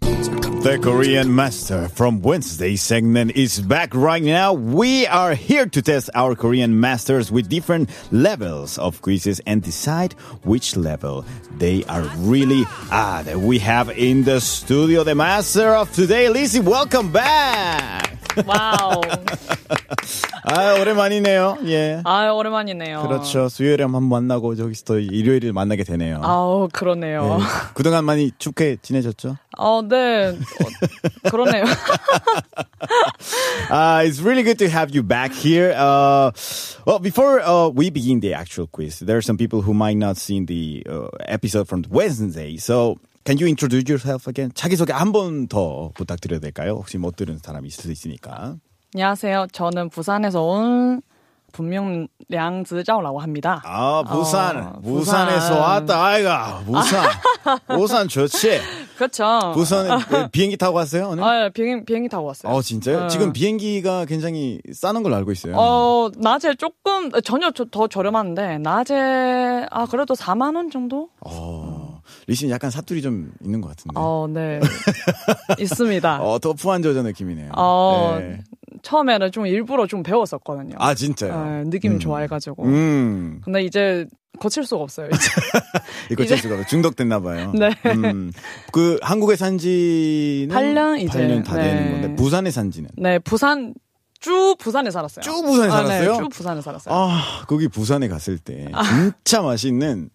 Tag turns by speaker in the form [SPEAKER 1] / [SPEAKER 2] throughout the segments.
[SPEAKER 1] The Korean Master from Wednesday segment is back right now. We are here to test our Korean Masters with different levels of quizzes and decide which level they are really at. We have in the studio the Master of today, Lizzie. Welcome back.
[SPEAKER 2] 와우.
[SPEAKER 1] 아 오랜만이네요. 예.
[SPEAKER 2] 아유, 오랜만이네요.
[SPEAKER 1] 그렇죠. 수요일에 한번 만나고 저기서 또 일요일을 만나게 되네요.
[SPEAKER 2] 아우,
[SPEAKER 1] 예.
[SPEAKER 2] 그러네요.
[SPEAKER 1] 그동안 많이 춥게 지내셨죠?
[SPEAKER 2] 어, 네. 어, 그러네요.
[SPEAKER 1] Uh, it's really good to have you back here. Uh, well, before uh, we begin the actual quiz, there are some people who might not seen the uh, episode from Wednesday. So, can you introduce yourself again? 자기소개 한 번 더 부탁드려도 될까요? 혹시 못 들은 사람이 있을 수 있으니까.
[SPEAKER 2] 안녕하세요. 저는 부산에서 온 분명 량즈자오라고 합니다.
[SPEAKER 1] 아, 부산.
[SPEAKER 2] 어,
[SPEAKER 1] 부산에서 왔다. 아이가, 부산. 부산 좋지.
[SPEAKER 2] 그렇죠.
[SPEAKER 1] 부산 에 비행기 타고 어. 왔어요, 오늘?
[SPEAKER 2] 아, 예, 비행, 비행기 타고 왔어요.
[SPEAKER 1] 어, 진짜요?
[SPEAKER 2] 어.
[SPEAKER 1] 지금 비행기가 굉장히 싸는 걸로 알고 있어요.
[SPEAKER 2] 어, 낮에 조금, 전혀 저- 더 저렴한데, 낮에, 아, 그래도 4만원 정도?
[SPEAKER 1] 어, 리신 약간 사투리 좀 있는 것 같은데.
[SPEAKER 2] 어, 네. 있습니다.
[SPEAKER 1] 어, 터프한 저자 느낌이네요.
[SPEAKER 2] 어,
[SPEAKER 1] 네.
[SPEAKER 2] 처음에는 좀 일부러 좀 배웠었거든요.
[SPEAKER 1] 아, 진짜요?
[SPEAKER 2] 예, 느낌 좋아해가지고.
[SPEAKER 1] 음.
[SPEAKER 2] 근데 이제 고칠 수가 없어요. 이제.
[SPEAKER 1] 이거
[SPEAKER 2] 이제-
[SPEAKER 1] 재수가 중독됐나봐요.
[SPEAKER 2] 네.
[SPEAKER 1] 음. 그, 한국에 산 지는.
[SPEAKER 2] 팔년 이제,
[SPEAKER 1] 8년 다
[SPEAKER 2] 네.
[SPEAKER 1] 되는 건데, 부산에 산 지는.
[SPEAKER 2] 네, 부산 쭉 부산에 살았어요.
[SPEAKER 1] 쭉 부산에
[SPEAKER 2] 아,
[SPEAKER 1] 살았어요?
[SPEAKER 2] 네, 쭉 부산에 살았어요.
[SPEAKER 1] 아, 거기 부산에 갔을 때, 진짜 맛있는,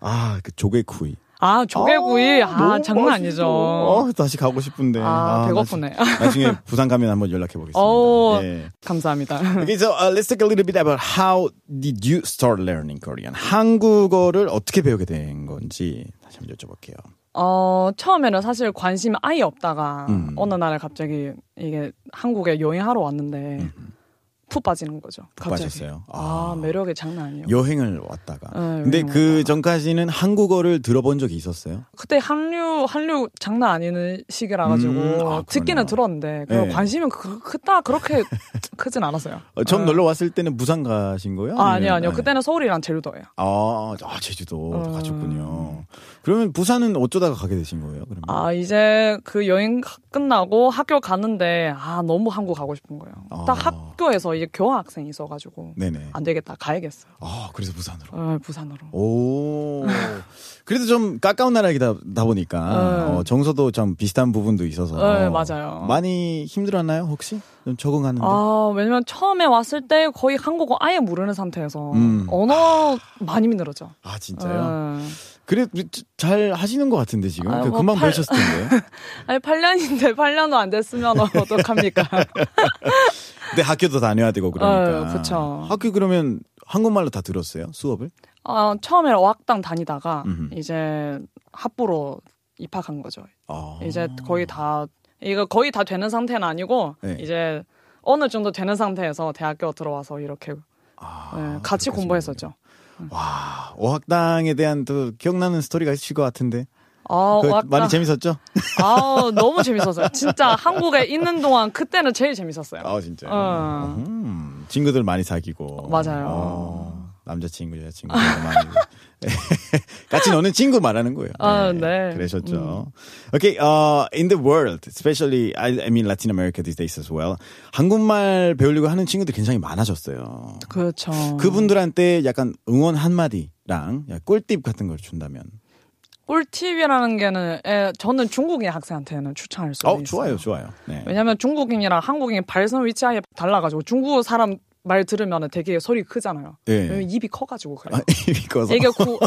[SPEAKER 1] 아, 그 조개구이.
[SPEAKER 2] 아, 조개구이.
[SPEAKER 1] 아,
[SPEAKER 2] 아,
[SPEAKER 1] 너무
[SPEAKER 2] 장난
[SPEAKER 1] 맛있어.
[SPEAKER 2] 아니죠.
[SPEAKER 1] 어, 다시 가고 싶은데.
[SPEAKER 2] 아,
[SPEAKER 1] 나
[SPEAKER 2] 배고프네.
[SPEAKER 1] 지- 나중에 부산 가면 한번 연락해 보겠습니다.
[SPEAKER 2] 어,
[SPEAKER 1] 예.
[SPEAKER 2] 감사합니다.
[SPEAKER 1] Okay, so uh, let's talk a little bit about how did you start learning Korean? 한국어를 어떻게 배우게 된 건지 다시 한번 여쭤볼게요.
[SPEAKER 2] 어, 처음에는 사실 관심 아예 없다가
[SPEAKER 1] 음.
[SPEAKER 2] 어느 날에 갑자기 이게 한국에 여행하러 왔는데 푹 빠지는 거죠. 갑자기.
[SPEAKER 1] 음. 빠졌어요?
[SPEAKER 2] 아, 매력이 장난 아니에요.
[SPEAKER 1] 여행을 왔다가.
[SPEAKER 2] 네,
[SPEAKER 1] 근데
[SPEAKER 2] 여행
[SPEAKER 1] 그
[SPEAKER 2] 왔다가.
[SPEAKER 1] 전까지는 한국어를 들어본 적이 있었어요?
[SPEAKER 2] 그때 한류 한류 장난 아니는 시기라 가지고
[SPEAKER 1] 음, 아, 그러네요.
[SPEAKER 2] 듣기는 들었는데 그
[SPEAKER 1] 네.
[SPEAKER 2] 관심은 그, 그다 그렇게 크진 않았어요.
[SPEAKER 1] 어, 처음
[SPEAKER 2] 어.
[SPEAKER 1] 놀러 왔을 때는 부산 가신 거예요?
[SPEAKER 2] 아, 아니요,
[SPEAKER 1] 아니면-
[SPEAKER 2] 아니요.
[SPEAKER 1] 네.
[SPEAKER 2] 그때는 서울이랑 제주도예요.
[SPEAKER 1] 아, 아, 제주도
[SPEAKER 2] 어.
[SPEAKER 1] 가셨군요. 그러면 부산은 어쩌다가 가게 되신 거예요? 그러면?
[SPEAKER 2] 아, 이제 그 여행 끝나고 학교 가는데, 아, 너무 한국 가고 싶은 거예요.
[SPEAKER 1] 아.
[SPEAKER 2] 딱 학교에서 이제 교환학생이 있어가지고,
[SPEAKER 1] 네네.
[SPEAKER 2] 안 되겠다, 가야겠어요.
[SPEAKER 1] 아, 그래서 부산으로.
[SPEAKER 2] 어, 부산으로.
[SPEAKER 1] 오. 그래도 좀 가까운 나라이다 다 보니까
[SPEAKER 2] 네.
[SPEAKER 1] 어, 정서도 좀 비슷한 부분도 있어서
[SPEAKER 2] 네, 맞아요.
[SPEAKER 1] 많이 힘들었나요 혹시 좀 적응하는데?
[SPEAKER 2] 아, 왜냐면 처음에 왔을 때 거의 한국어 아예 모르는 상태에서,
[SPEAKER 1] 음.
[SPEAKER 2] 언어 많이 힘들었죠.
[SPEAKER 1] 아, 진짜요?
[SPEAKER 2] 네.
[SPEAKER 1] 그래 잘 하시는 것 같은데 지금
[SPEAKER 2] 아,
[SPEAKER 1] 그
[SPEAKER 2] 뭐
[SPEAKER 1] 금방
[SPEAKER 2] 팔-
[SPEAKER 1] 배우셨을 텐데.
[SPEAKER 2] 아니, 8년인데 8년도 안 됐으면 어떡합니까?
[SPEAKER 1] 근데 학교도 다녀야 되고 그러니까.
[SPEAKER 2] 어, 그쵸.
[SPEAKER 1] 학교 그러면 한국말로 다 들었어요 수업을?
[SPEAKER 2] 어, 처음에 어학당 다니다가,
[SPEAKER 1] 음흠.
[SPEAKER 2] 이제 합부로 입학한 거죠.
[SPEAKER 1] 아.
[SPEAKER 2] 이제 거의 다 이거 거의 다 되는 상태는 아니고
[SPEAKER 1] 네.
[SPEAKER 2] 이제 어느 정도 되는 상태에서 대학교 들어와서 이렇게
[SPEAKER 1] 아,
[SPEAKER 2] 예, 같이
[SPEAKER 1] 그렇게
[SPEAKER 2] 공부했었죠.
[SPEAKER 1] 와 어학당에 대한 또 기억나는 스토리가 있을 것 같은데.
[SPEAKER 2] 아,
[SPEAKER 1] 그거
[SPEAKER 2] 왔다.
[SPEAKER 1] 많이 재밌었죠?
[SPEAKER 2] 아, 너무 재밌었어요. 진짜 한국에 있는 동안 그때는 제일 재밌었어요.
[SPEAKER 1] 아 진짜.
[SPEAKER 2] 어.
[SPEAKER 1] 음, 친구들 많이 사귀고.
[SPEAKER 2] 맞아요.
[SPEAKER 1] 어, 남자친구, 여자친구 많이. 같이 노는 친구 말하는 거예요.
[SPEAKER 2] 아, 네. 음.
[SPEAKER 1] 그러셨죠. Okay, uh, in the world, especially I, I mean Latin America these days as well. 한국말 배우려고 하는 친구들 굉장히 많아졌어요.
[SPEAKER 2] 그렇죠.
[SPEAKER 1] 그분들한테 약간 응원 한마디랑 약간 꿀팁 같은 걸 준다면.
[SPEAKER 2] 꿀팁이라는 게는 예, 저는 중국인 학생한테는 추천할 수 있어요.
[SPEAKER 1] 어, 좋아요, 좋아요. 네.
[SPEAKER 2] 왜냐면 중국인이랑 한국인 발성 위치 아예 달라가지고 중국 사람 말 들으면 되게 소리 크잖아요.
[SPEAKER 1] 예.
[SPEAKER 2] 왜냐면 입이 커가지고 그래요.
[SPEAKER 1] 아, 이거서.
[SPEAKER 2] 이게 구,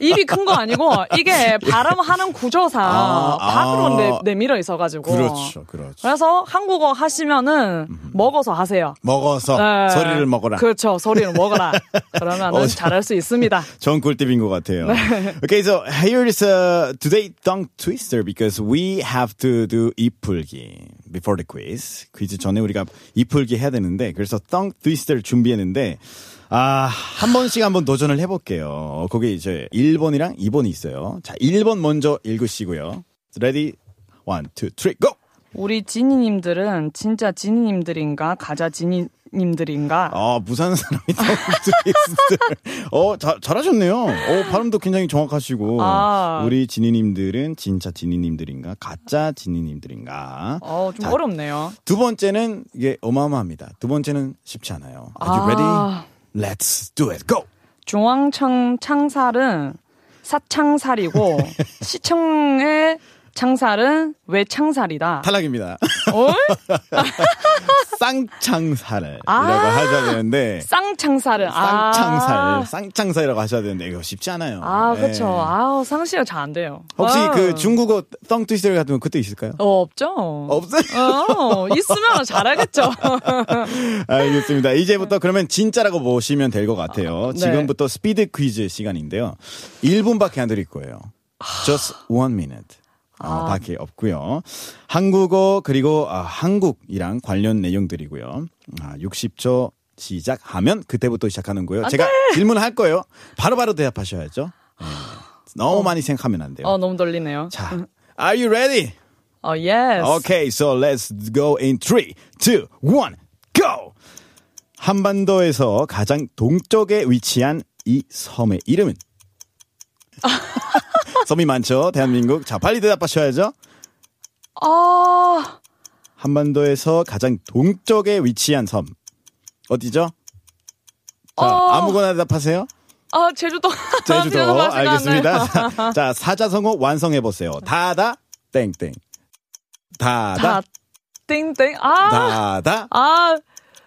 [SPEAKER 2] 입이 큰 거 아니고 이게 발음하는 구조상
[SPEAKER 1] 아, 아.
[SPEAKER 2] 밖으로 내, 내밀어 있어가지고
[SPEAKER 1] 그렇죠, 그렇죠.
[SPEAKER 2] 래서 한국어 하시면은 먹어서 하세요.
[SPEAKER 1] 먹어서
[SPEAKER 2] 네.
[SPEAKER 1] 소리를 먹어라.
[SPEAKER 2] 그렇죠. 소리를 먹어라. 그러면은
[SPEAKER 1] 어,
[SPEAKER 2] 잘할 수 있습니다.
[SPEAKER 1] 좋은 꿀팁인 것 같아요. Okay, so here is a today tongue twister because we have to do 이풀기 before the quiz. 퀴즈 전에 우리가 이풀기 해야 되는데 그래서 tongue twister 준비했는데 아, 한 번씩 한번 도전을 해볼게요. 거기 이제 1번이랑 2번이 있어요. 자, 1번 먼저 읽으시고요. Ready? One, two, three, go!
[SPEAKER 2] 우리 지니님들은 진짜 지니님들인가 가자 지니님들인가
[SPEAKER 1] 아, 부산 사람이다. 트위스트. 어, 자, 잘하셨네요. 어, 발음도 굉장히 정확하시고.
[SPEAKER 2] 아.
[SPEAKER 1] 우리 지니님들은 진짜 지니님들인가? 가짜 지니님들인가?
[SPEAKER 2] 어 좀
[SPEAKER 1] 자,
[SPEAKER 2] 어렵네요.
[SPEAKER 1] 두 번째는 이게 어마어마합니다. 두 번째는 쉽지 않아요. Are you
[SPEAKER 2] 아.
[SPEAKER 1] ready? Let's do it. Go!
[SPEAKER 2] 중앙청 창살은 사창살이고 시청의 창살은 외창살이다.
[SPEAKER 1] 탈락입니다.
[SPEAKER 2] 어?
[SPEAKER 1] 쌍창살이라고
[SPEAKER 2] 아.
[SPEAKER 1] 하셔야 되는데.
[SPEAKER 2] 쌍창살은 아.
[SPEAKER 1] 쌍창살, 쌍창살이라고 하셔야 되는데 이거 쉽지 않아요.
[SPEAKER 2] 아, 그렇죠.
[SPEAKER 1] 예.
[SPEAKER 2] 아우, 상시가 잘 안 돼요.
[SPEAKER 1] 혹시
[SPEAKER 2] 아.
[SPEAKER 1] 그 중국어 떵 트위스터 같은 거 그때 있을까요?
[SPEAKER 2] 어, 없죠.
[SPEAKER 1] 없어요.
[SPEAKER 2] 어, 있으면 잘하겠죠.
[SPEAKER 1] 알겠습니다. 이제부터 그러면 진짜라고 보시면 될 것 같아요.
[SPEAKER 2] 네.
[SPEAKER 1] 지금부터 스피드 퀴즈 시간인데요. 1분밖에 안 드릴 거예요. Just one minute.
[SPEAKER 2] 아.
[SPEAKER 1] 어, 밖에 없고요. 한국어 그리고 아, 한국이랑 관련 내용들이고요. 아, 60초 시작하면 그때부터 시작하는 거예요. 제가 질문할 거예요. 바로바로 대답하셔야죠. 네. 너무 많이 생각하면 안 돼요.
[SPEAKER 2] 아. 어, 너무 떨리네요.
[SPEAKER 1] 자, are you ready?
[SPEAKER 2] 어, yes.
[SPEAKER 1] Okay, so let's go in 3, 2, 1, go! 한반도에서 가장 동쪽에 위치한 이 섬의 이름은? 섬이 많죠? 대한민국. 자, 빨리 대답하셔야죠.
[SPEAKER 2] 아,
[SPEAKER 1] 한반도에서 가장 동쪽에 위치한 섬. 어디죠? 자,
[SPEAKER 2] 어.
[SPEAKER 1] 아무거나 대답하세요.
[SPEAKER 2] 아, 제주도.
[SPEAKER 1] 제주도.
[SPEAKER 2] 생각 안 나요.
[SPEAKER 1] 알겠습니다. 자, 자, 사자성어 완성해보세요. 다다, 땡땡.
[SPEAKER 2] 다,
[SPEAKER 1] 다다,
[SPEAKER 2] 땡땡. 아,
[SPEAKER 1] 다다,
[SPEAKER 2] 아,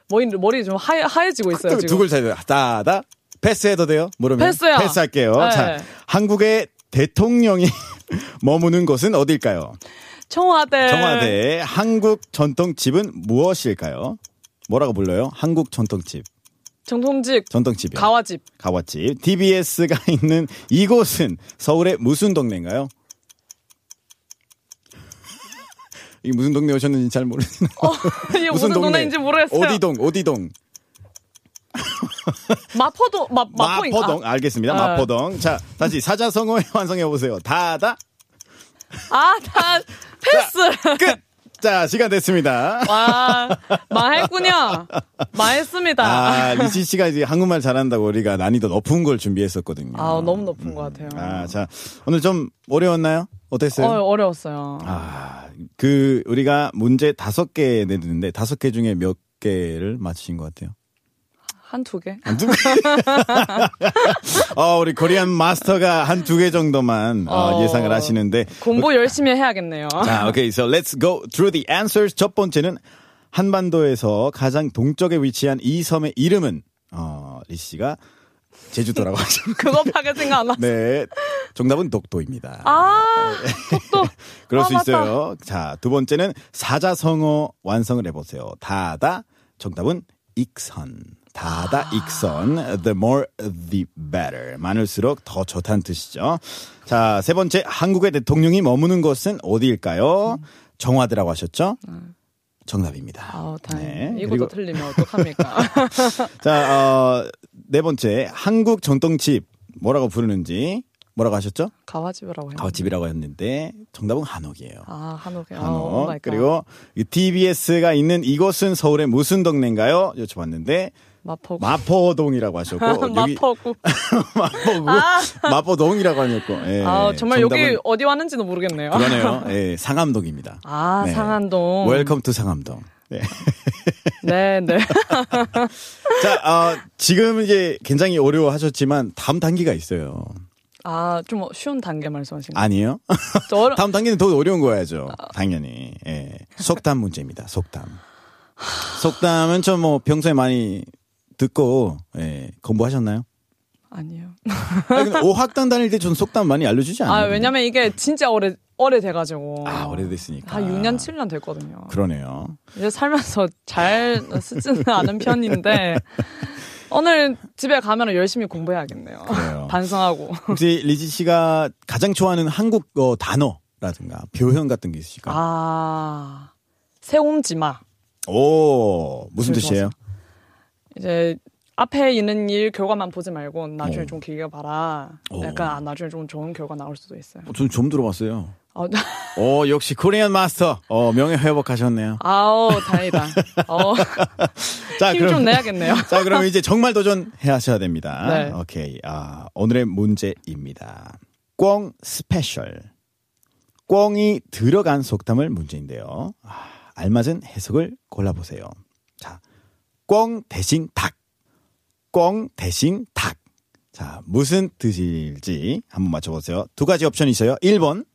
[SPEAKER 2] 머리, 머리 좀 하얘, 하얘지고 있어요, 지금.
[SPEAKER 1] 그 두글 차이 다다 패스해도 돼요? 모르면
[SPEAKER 2] 패스요.
[SPEAKER 1] 패스할게요.
[SPEAKER 2] 네.
[SPEAKER 1] 자, 한국의 대통령이 머무는 곳은 어딜까요?
[SPEAKER 2] 청와대.
[SPEAKER 1] 청와대 한국 전통집은 무엇일까요? 뭐라고 불러요? 한국 전통집.
[SPEAKER 2] 정통집,
[SPEAKER 1] 전통집이 요
[SPEAKER 2] 가와집.
[SPEAKER 1] 가와집. DBS가 있는 이곳은 서울의 무슨 동네인가요? 이 무슨 동네 오셨는지 잘 모르시나요?
[SPEAKER 2] 어, 이게 무슨, 동네인지 모르겠어요.
[SPEAKER 1] 오디동, 오디동.
[SPEAKER 2] 마포도, 마, 마포인가?
[SPEAKER 1] 마포동 알겠습니다.
[SPEAKER 2] 아.
[SPEAKER 1] 마포동. 자, 다시 사자성어 완성해 보세요. 다다
[SPEAKER 2] 아, 다, 패스.
[SPEAKER 1] 끝. 자, 시간 됐습니다.
[SPEAKER 2] 와, 망했군요. 망했습니다. 아,
[SPEAKER 1] 아, 리치 씨가 이제 한국말 잘한다고 우리가 난이도 높은 걸 준비했었거든요.
[SPEAKER 2] 아, 너무 높은 것 같아요.
[SPEAKER 1] 아, 자, 오늘 좀 어려웠나요? 어땠어요?
[SPEAKER 2] 어, 어려웠어요.
[SPEAKER 1] 아, 그 우리가 문제 다섯 개 내드는데 다섯 개 중에 몇 개를 맞추신 것 같아요?
[SPEAKER 2] 한 두 개?
[SPEAKER 1] 어, 우리 코리안 마스터가 한 두 개 정도만 어,
[SPEAKER 2] 어.
[SPEAKER 1] 예상을 하시는데
[SPEAKER 2] 공부 열심히 해야겠네요.
[SPEAKER 1] 뭐, 자, okay, so let's go through the answers. 첫 번째는 한반도에서 가장 동쪽에 위치한 이 섬의 이름은 어, 리 씨가 제주도라고 하죠.
[SPEAKER 2] 그것밖에 생각 안 나.
[SPEAKER 1] 네, 정답은 독도입니다.
[SPEAKER 2] 아, 속도.
[SPEAKER 1] 그럴
[SPEAKER 2] 아,
[SPEAKER 1] 수
[SPEAKER 2] 맞다.
[SPEAKER 1] 있어요. 자, 두 번째는 사자성어 완성을 해보세요. 다다. 정답은 익선. 다다
[SPEAKER 2] 아.
[SPEAKER 1] 익선. The more the better. 많을수록 더 좋다는 뜻이죠. 자, 세 번째 한국의 대통령이 머무는 곳은 어디일까요? 정화대라고 하셨죠? 정답입니다.
[SPEAKER 2] 아, 음. 다행이네.
[SPEAKER 1] 네,
[SPEAKER 2] 이것도
[SPEAKER 1] 그리고-
[SPEAKER 2] 틀리면 어떡합니까?
[SPEAKER 1] 자, 어, 네 번째 한국 전통집 뭐라고 부르는지 뭐라고 하셨죠?
[SPEAKER 2] 가와집이라고 해요.
[SPEAKER 1] 가집이라고 했는데 정답은 한옥이에요.
[SPEAKER 2] 아, 한옥에. 오
[SPEAKER 1] 한옥
[SPEAKER 2] 마이 갓.
[SPEAKER 1] 그리고 TBS가 있는 이곳은 서울의 무슨 동네인가요? 여쭤봤는데
[SPEAKER 2] 마포구.
[SPEAKER 1] 마포동이라고 하셨고 여기-
[SPEAKER 2] 마포구.
[SPEAKER 1] 마포구 마포동이라고 하셨고 예,
[SPEAKER 2] 아, 정말
[SPEAKER 1] 정답은
[SPEAKER 2] 여기 어디 왔는지도 모르겠네요.
[SPEAKER 1] 그러네요. 예, 상암동입니다.
[SPEAKER 2] 아,
[SPEAKER 1] 네.
[SPEAKER 2] 상한동.
[SPEAKER 1] 웰컴 투 상암동. 네.
[SPEAKER 2] 네, 네.
[SPEAKER 1] 자, 어, 지금 이제 굉장히 어려워하셨지만 다음 단계가 있어요.
[SPEAKER 2] 아, 좀 쉬운 단계 말씀하신 거예요.
[SPEAKER 1] 아니에요?
[SPEAKER 2] 저 어려-
[SPEAKER 1] 다음 단계는 더 어려운 거야죠. 당연히. 예. 속담 문제입니다. 속담. 속담은 좀 뭐 평소에 많이 듣고 예, 공부하셨나요?
[SPEAKER 2] 아니요.
[SPEAKER 1] 아니, 근데 오학단 다닐 때 전 속담 많이 알려주지
[SPEAKER 2] 아,
[SPEAKER 1] 않아요?
[SPEAKER 2] 왜냐면 이게 진짜 오래, 오래돼가지고.
[SPEAKER 1] 아, 오래됐으니까.
[SPEAKER 2] 한 6년, 7년 됐거든요.
[SPEAKER 1] 그러네요.
[SPEAKER 2] 이제 살면서 잘 쓰지는 않은 편인데, 오늘 집에 가면 열심히 공부해야겠네요.
[SPEAKER 1] 그래요.
[SPEAKER 2] 반성하고.
[SPEAKER 1] 혹시 리지 씨가 가장 좋아하는 한국어 단어라든가 표현 같은 게 있으실까요?
[SPEAKER 2] 아, 세움지마.
[SPEAKER 1] 오, 무슨
[SPEAKER 2] 그래서
[SPEAKER 1] 뜻이에요?
[SPEAKER 2] 이제 앞에 있는 일 결과만 보지 말고 나중에
[SPEAKER 1] 오.
[SPEAKER 2] 좀 길게 봐라.
[SPEAKER 1] 오.
[SPEAKER 2] 약간 아, 나중에 좀 좋은 결과 나올 수도 있어요.
[SPEAKER 1] 저는 좀 들어봤어요.
[SPEAKER 2] 어,
[SPEAKER 1] 오, 역시 코리안 마스터. 어, 명예 회복하셨네요.
[SPEAKER 2] 아우 다행이다. 어,
[SPEAKER 1] 자,
[SPEAKER 2] 힘 좀 내야겠네요.
[SPEAKER 1] 자, 그럼 이제 정말 도전하셔야 됩니다.
[SPEAKER 2] 네.
[SPEAKER 1] 오케이. 아, 오늘의 문제입니다. 꽁 스페셜. 꽁이 들어간 속담을 문제인데요. 아, 알맞은 해석을 골라보세요. 자, 꽁 대신 닭. 꽁 대신 닭. 자, 무슨 뜻일지 한번 맞춰보세요. 두 가지 옵션이 있어요. 1번.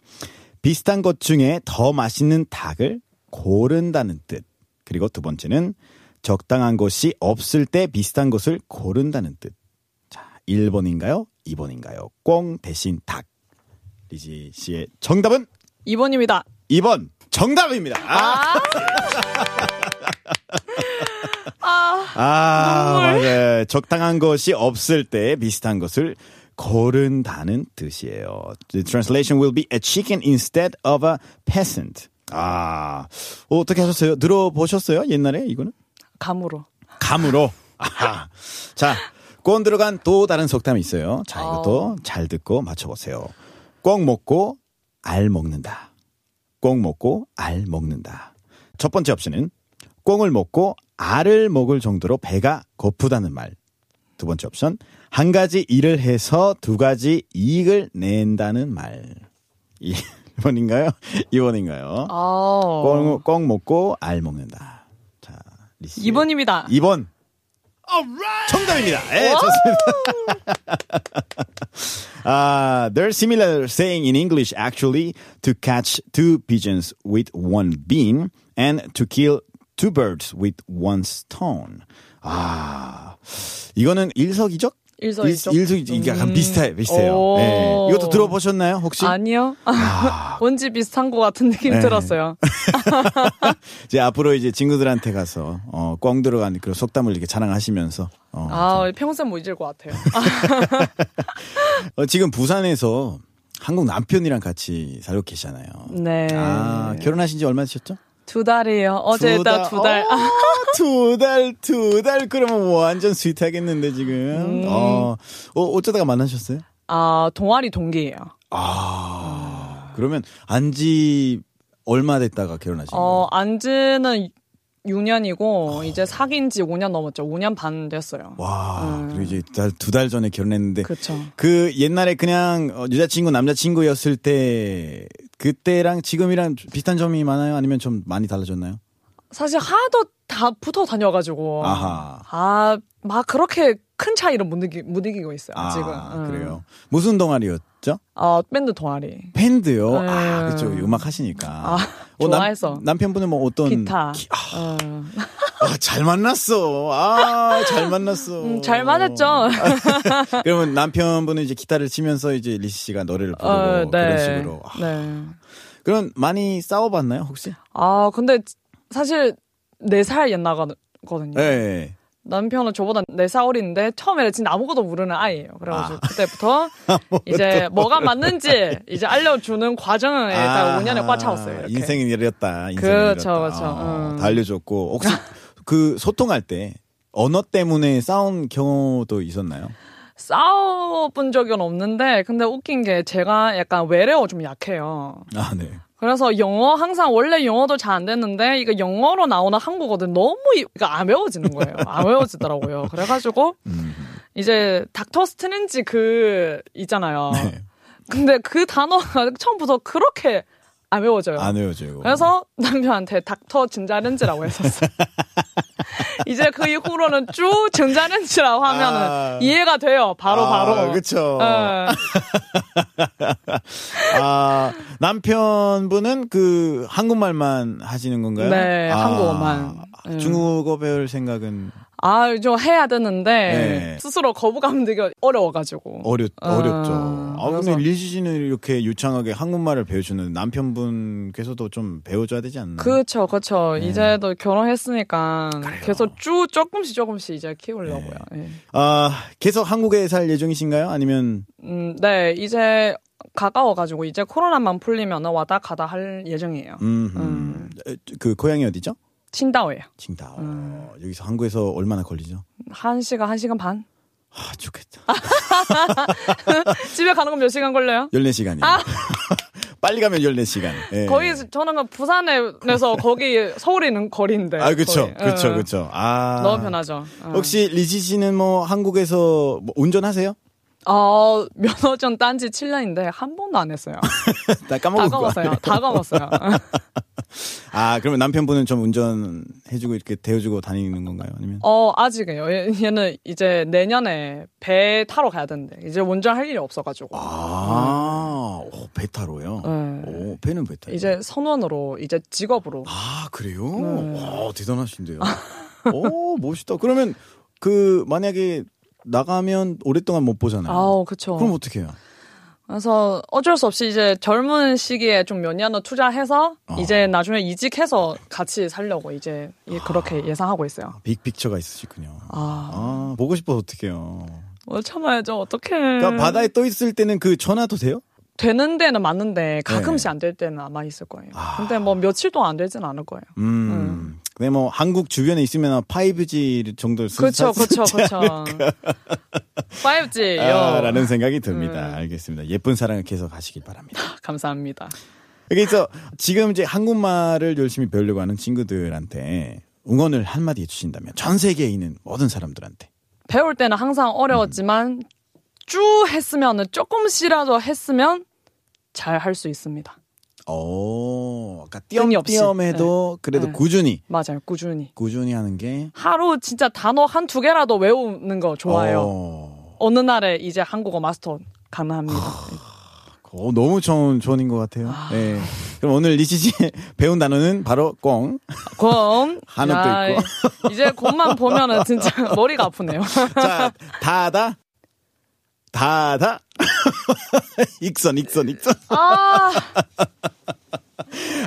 [SPEAKER 1] 비슷한 것 중에 더 맛있는 닭을 고른다는 뜻. 그리고 두 번째는 적당한 것이 없을 때 비슷한 것을 고른다는 뜻. 자, 1번인가요? 2번인가요? 꽁 대신 닭. 리지 씨의 정답은
[SPEAKER 2] 2번입니다.
[SPEAKER 1] 2번 정답입니다. 아,
[SPEAKER 2] 아, 아,
[SPEAKER 1] 아 맞아요. 적당한 것이 없을 때 비슷한 것을 고른다는 뜻이에요. The translation will be a chicken instead of a peasant. 아, 어, 어떻게 하셨어요? 들어보셨어요? 옛날에 이거는?
[SPEAKER 2] 감으로.
[SPEAKER 1] 감으로. 아하. 자, 꼰 들어간 또 다른 속담이 있어요. 자, 이것도 잘 듣고 맞춰보세요. 꽁 먹고 알 먹는다. 꽁 먹고 알 먹는다. 첫 번째 옵션은 꽁을 먹고 알을 먹을 정도로 배가 고프다는 말. 두 번째 옵션, 한 가지 일을 해서 두 가지 이익을 낸다는 말. 1번인가요? 2번인가요?
[SPEAKER 2] 아,
[SPEAKER 1] 꽁, 꽁 먹고 알 먹는다. 자, 리스.
[SPEAKER 2] 2번입니다.
[SPEAKER 1] 2번. 정답입니다. 예, 좋습니다. 아, there's similar saying in English actually to catch two pigeons with one beam and to kill two birds with one stone. 아, 이거는 일석이적?
[SPEAKER 2] 일석이조.
[SPEAKER 1] 일- 일석이조. 이게 약간 비슷해, 비슷해요.
[SPEAKER 2] 음. 오.
[SPEAKER 1] 예. 이것도 들어보셨나요, 혹시?
[SPEAKER 2] 아니요. 뭔지 비슷한 것 같은 느낌
[SPEAKER 1] 네.
[SPEAKER 2] 들었어요.
[SPEAKER 1] 이제 앞으로 이제 친구들한테 가서, 어, 꽝 들어간 그런 속담을 이렇게 자랑하시면서, 어,
[SPEAKER 2] 아, 평생 못 잊을 것 같아요. 아,
[SPEAKER 1] 어, 지금 부산에서 한국 남편이랑 같이 살고 계시잖아요.
[SPEAKER 2] 네.
[SPEAKER 1] 아, 결혼하신 지 얼마 되셨죠?
[SPEAKER 2] 두 달이에요. 어제 다 두 달.
[SPEAKER 1] 어, 두 달, 두 달. 그러면 완전 스윗하겠는데,
[SPEAKER 2] 음.
[SPEAKER 1] 지금. 어, 어, 어쩌다가 만나셨어요?
[SPEAKER 2] 아, 동아리 동기예요.
[SPEAKER 1] 아, 그러면 안지 얼마 됐다가 결혼하신
[SPEAKER 2] 어,
[SPEAKER 1] 거예요?
[SPEAKER 2] 안지는 6년이고 이제 사귄 지 5년 넘었죠. 5년 반 됐어요.
[SPEAKER 1] 어. 와, 그리고 이제 두 달 전에 결혼했는데.
[SPEAKER 2] 음. 그쵸.
[SPEAKER 1] 그 옛날에 그냥 어, 여자친구, 남자친구였을 때, 그때랑 지금이랑 비슷한 점이 많아요? 아니면 좀 많이 달라졌나요?
[SPEAKER 2] 사실 하도 다 붙어 다녀가지고
[SPEAKER 1] 아하.
[SPEAKER 2] 아, 막 그렇게 큰 차이를 못, 느끼, 못 이기고 있어요.
[SPEAKER 1] 아,
[SPEAKER 2] 지금. 음.
[SPEAKER 1] 그래요. 무슨 동아리였죠?
[SPEAKER 2] 아, 밴드 동아리.
[SPEAKER 1] 밴드요. 아,
[SPEAKER 2] 음. 아,
[SPEAKER 1] 그죠. 음악 하시니까. 어,
[SPEAKER 2] 좋아해서.
[SPEAKER 1] 남, 편분은뭐 어떤
[SPEAKER 2] 기타.
[SPEAKER 1] 기-
[SPEAKER 2] 음.
[SPEAKER 1] 아, 잘 만났어. 아, 잘 만났어.
[SPEAKER 2] 음, 잘 맞았죠.
[SPEAKER 1] 그러면 남편분은 이제 기타를 치면서 이제 리시 씨가 노래를 부르고
[SPEAKER 2] 어,
[SPEAKER 1] 그런 식으로. 아,
[SPEAKER 2] 네.
[SPEAKER 1] 그럼 많이 싸워봤나요, 혹시?
[SPEAKER 2] 아, 근데 사실 4살 옛날거든요.
[SPEAKER 1] 네.
[SPEAKER 2] 남편은 저보다 4살 어린데 처음에 진짜 아무것도 모르는 아이예요. 그래가지고 그때부터 이제 뭐가 맞는지 이제 알려주는 과정을 일단 5년에 네, 꽉 차웠어요. 이렇게.
[SPEAKER 1] 아, 인생은 이랬다. 인생은
[SPEAKER 2] 그쵸,
[SPEAKER 1] 이랬다.
[SPEAKER 2] 그쵸.
[SPEAKER 1] 아,
[SPEAKER 2] 음.
[SPEAKER 1] 다 알려줬고. 혹시 그 소통할 때 언어 때문에 싸운 경우도 있었나요?
[SPEAKER 2] 싸워본 적은 없는데 근데 웃긴 게 제가 약간 외래어 좀 약해요.
[SPEAKER 1] 아, 네.
[SPEAKER 2] 그래서 영어 항상 원래 영어도 잘 안 됐는데 이거 영어로 나오는 한국어는 너무 이- 그러니까 안 외워지는 거예요. 안 외워지더라고요. 그래가지고
[SPEAKER 1] 음.
[SPEAKER 2] 이제 닥터 스트렌지 그 있잖아요.
[SPEAKER 1] 네.
[SPEAKER 2] 근데 그 단어가 처음부터 그렇게 안 외워져요.
[SPEAKER 1] 안 외워져요.
[SPEAKER 2] 어. 그래서 남편한테 닥터 증자렌지라고 했었어요. 이제 그 이후로는 쭉 증자렌지라고 하면은
[SPEAKER 1] 아.
[SPEAKER 2] 이해가 돼요. 바로 바로.
[SPEAKER 1] 그쵸.
[SPEAKER 2] 예.
[SPEAKER 1] 아, 남편분은 그 한국말만 하시는 건가요?
[SPEAKER 2] 네,
[SPEAKER 1] 아,
[SPEAKER 2] 한국어만. 음.
[SPEAKER 1] 중국어 배울 생각은
[SPEAKER 2] 아, 좀 해야 되는데
[SPEAKER 1] 네.
[SPEAKER 2] 스스로 거부감 되게 어려워가지고.
[SPEAKER 1] 어렵
[SPEAKER 2] 아,
[SPEAKER 1] 어렵죠. 아 근데
[SPEAKER 2] 그래서-
[SPEAKER 1] 리지 씨는 이렇게 유창하게 한국말을 배우시는 남편분께서도 좀 배워줘야 되지 않나요?
[SPEAKER 2] 그쵸, 그쵸.
[SPEAKER 1] 예.
[SPEAKER 2] 이제도 결혼했으니까 계속 쭉 조금씩 조금씩 이제 키우려고요. 예.
[SPEAKER 1] 아 계속 한국에 살 예정이신가요? 아니면
[SPEAKER 2] 음, 네, 이제 가까워가지고 이제 코로나만 풀리면 왔다 가다 할 예정이에요.
[SPEAKER 1] 음, 음.
[SPEAKER 2] 음.
[SPEAKER 1] 그 고향이 어디죠?
[SPEAKER 2] 친다오예요.
[SPEAKER 1] 칭다오.
[SPEAKER 2] 음.
[SPEAKER 1] 여기서 한국에서 얼마나 걸리죠?
[SPEAKER 2] 한 시간, 한 시간 반?
[SPEAKER 1] 아 좋겠다.
[SPEAKER 2] 집에 가는 건 몇 시간 걸려요?
[SPEAKER 1] 14시간이요. 빨리 가면 14시간. 예.
[SPEAKER 2] 아. 거의 저는 그 부산에서 거기 서울이는 거리인데.
[SPEAKER 1] 아, 그쵸.
[SPEAKER 2] 거의.
[SPEAKER 1] 그쵸,
[SPEAKER 2] 예.
[SPEAKER 1] 그쵸. 아.
[SPEAKER 2] 너무 편하죠. 예.
[SPEAKER 1] 혹시 리지 씨는 뭐 한국에서 뭐 운전하세요?
[SPEAKER 2] 어, 면허전 딴지 7년인데 한 번도 안 했어요.
[SPEAKER 1] 나 까먹은
[SPEAKER 2] 다
[SPEAKER 1] 거야.
[SPEAKER 2] 감았어요. 다 감았어요.
[SPEAKER 1] 아, 그러면 남편분은 좀 운전해주고 이렇게 대워주고 다니는 건가요? 아니면?
[SPEAKER 2] 어, 아직이에요. 얘- 얘는 이제 내년에 배 타러 가야 되는데 이제 운전할 일이 없어가지고.
[SPEAKER 1] 아, 오, 베타로요?
[SPEAKER 2] 네.
[SPEAKER 1] 오, 배는 베타.
[SPEAKER 2] 이제 선원으로 이제 직업으로
[SPEAKER 1] 아, 그래요?
[SPEAKER 2] 네.
[SPEAKER 1] 와, 대단하신데요.
[SPEAKER 2] 아.
[SPEAKER 1] 오, 멋있다. 그러면 그, 만약에 나가면 오랫동안 못 보잖아요.
[SPEAKER 2] 아우, 그쵸.
[SPEAKER 1] 네. 그럼 뭐 어떻게 해요?
[SPEAKER 2] 그래서 어쩔 수 없이 이제 젊은 시기에 좀 몇 년을 투자해서
[SPEAKER 1] 아.
[SPEAKER 2] 이제 나중에 이직해서 같이 살려고 이제 예- 그렇게 예상하고 있어요.
[SPEAKER 1] 빅픽처가 있으시군요.
[SPEAKER 2] 아,
[SPEAKER 1] 아, 보고 싶어서 어떡해요.
[SPEAKER 2] 뭐 참아야죠. 어떻게?
[SPEAKER 1] 그러니까 바다에 떠 있을 때는 그 전화도 돼요?
[SPEAKER 2] 되는 데는 맞는데 가끔씩
[SPEAKER 1] 네.
[SPEAKER 2] 안 될 때는 아마 있을 거예요.
[SPEAKER 1] 아.
[SPEAKER 2] 근데 뭐 며칠 동안 안 되진 않을 거예요.
[SPEAKER 1] 음. 근데 뭐 한국 주변에 있으면 5G 정도 쓸
[SPEAKER 2] 그렇죠, 그렇죠, 그렇죠. 5G요.
[SPEAKER 1] 아, 라는 생각이 듭니다.
[SPEAKER 2] 음.
[SPEAKER 1] 알겠습니다. 예쁜 사랑을 계속 하시길 바랍니다.
[SPEAKER 2] 감사합니다.
[SPEAKER 1] 그래서 지금 이제 한국말을 열심히 배우려고 하는 친구들한테 응원을 한마디 해주신다면 전 세계에 있는 모든 사람들한테
[SPEAKER 2] 배울 때는 항상 어려웠지만 쭉 했으면은 조금씩이라도 했으면 잘 할 수 있습니다.
[SPEAKER 1] 오, 아까
[SPEAKER 2] 뜬이 없이.
[SPEAKER 1] 띄엄띄엄해도 그래도
[SPEAKER 2] 네.
[SPEAKER 1] 꾸준히
[SPEAKER 2] 맞아요, 꾸준히.
[SPEAKER 1] 꾸준히 하는 게
[SPEAKER 2] 하루 진짜 단어 한 두 개라도 외우는 거 좋아요.
[SPEAKER 1] 어,
[SPEAKER 2] 어. 느 날에 이제 한국어 마스터 가능합니다.
[SPEAKER 1] 어, 너무 좋은 조언인 것 같아요. 네. 그럼 오늘 리치 씨 배운 단어는 바로 꽁.
[SPEAKER 2] 곰.
[SPEAKER 1] 한옥도
[SPEAKER 2] 야, 이제 곰만 보면은 진짜 머리가 아프네요.
[SPEAKER 1] 자, 다다. 다다. 익선, 익선, 익선.
[SPEAKER 2] 아,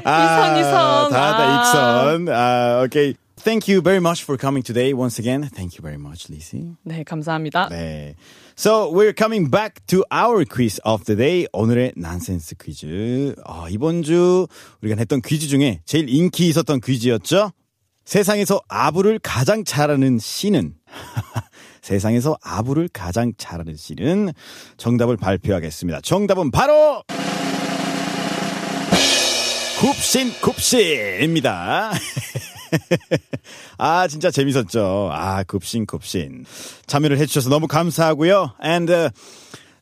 [SPEAKER 1] 아,
[SPEAKER 2] 이선, 이선.
[SPEAKER 1] 다다,
[SPEAKER 2] 아.
[SPEAKER 1] 익선. 아, 오케이. Thank you very much for coming today. Once again, thank you very much, Lizzie.
[SPEAKER 2] 네, 감사합니다.
[SPEAKER 1] 네. So, we're coming back to our quiz of the day. 오늘의 난센스 퀴즈. 아, 이번 주 우리가 했던 퀴즈 중에 제일 인기 있었던 퀴즈였죠? 세상에서 아부를 가장 잘하는 씨는? 세상에서 아부를 가장 잘하는 씨는? 정답을 발표하겠습니다. 정답은 바로! 굽신, 굽신입니다. 아 진짜 재밌었죠. 아 굽신 굽신 참여를 해주셔서 너무 감사하고요. And uh,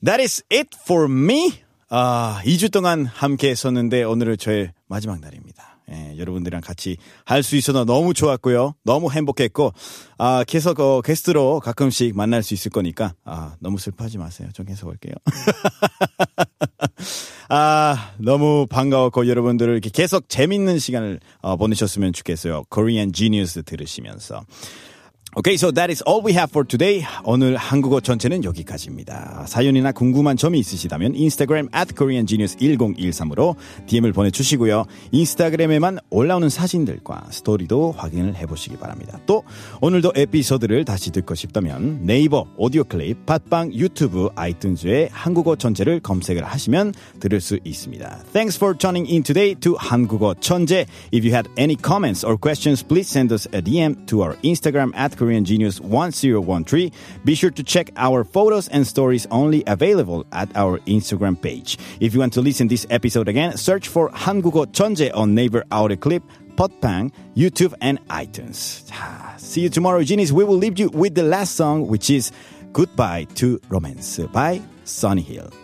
[SPEAKER 1] that is it for me. 아 2주 동안 함께 했었는데 오늘은 저의 마지막 날입니다. 예, 여러분들이랑 같이 할 수 있어서 너무 좋았고요. 너무 행복했고 아 계속 어, 게스트로 가끔씩 만날 수 있을 거니까 아 너무 슬퍼하지 마세요. 좀 계속 올게요. 아, 너무 반가웠고 여러분들을 이렇게 계속 재밌는 시간을 어, 보내셨으면 좋겠어요. Korean Genius 들으시면서. Okay, so that is all we have for today. 오늘 한국어 전체는 여기까지입니다. 사연이나 궁금한 점이 있으시다면 인스타그램 at koreangenius1013으로 DM을 보내주시고요. 인스타그램에만 올라오는 사진들과 스토리도 확인을 해보시기 바랍니다. 또 오늘도 에피소드를 다시 듣고 싶다면 네이버 오디오 클립, 팟빵, 유튜브, 아이튠즈에 한국어 전체를 검색을 하시면 들을 수 있습니다. Thanks for tuning in today to 한국어 천재. If you had any comments or questions, please send us a DM to our Instagram at KoreanGenius1013. Be sure to check our photos and stories only available at our Instagram page. If you want to listen this episode again, search for 한국어 천재 on Naver Audio Clip, Potpang, YouTube, and iTunes. 자, See you tomorrow, Genius. We will leave you with the last song, which is Goodbye to Romance by Sonny Hill.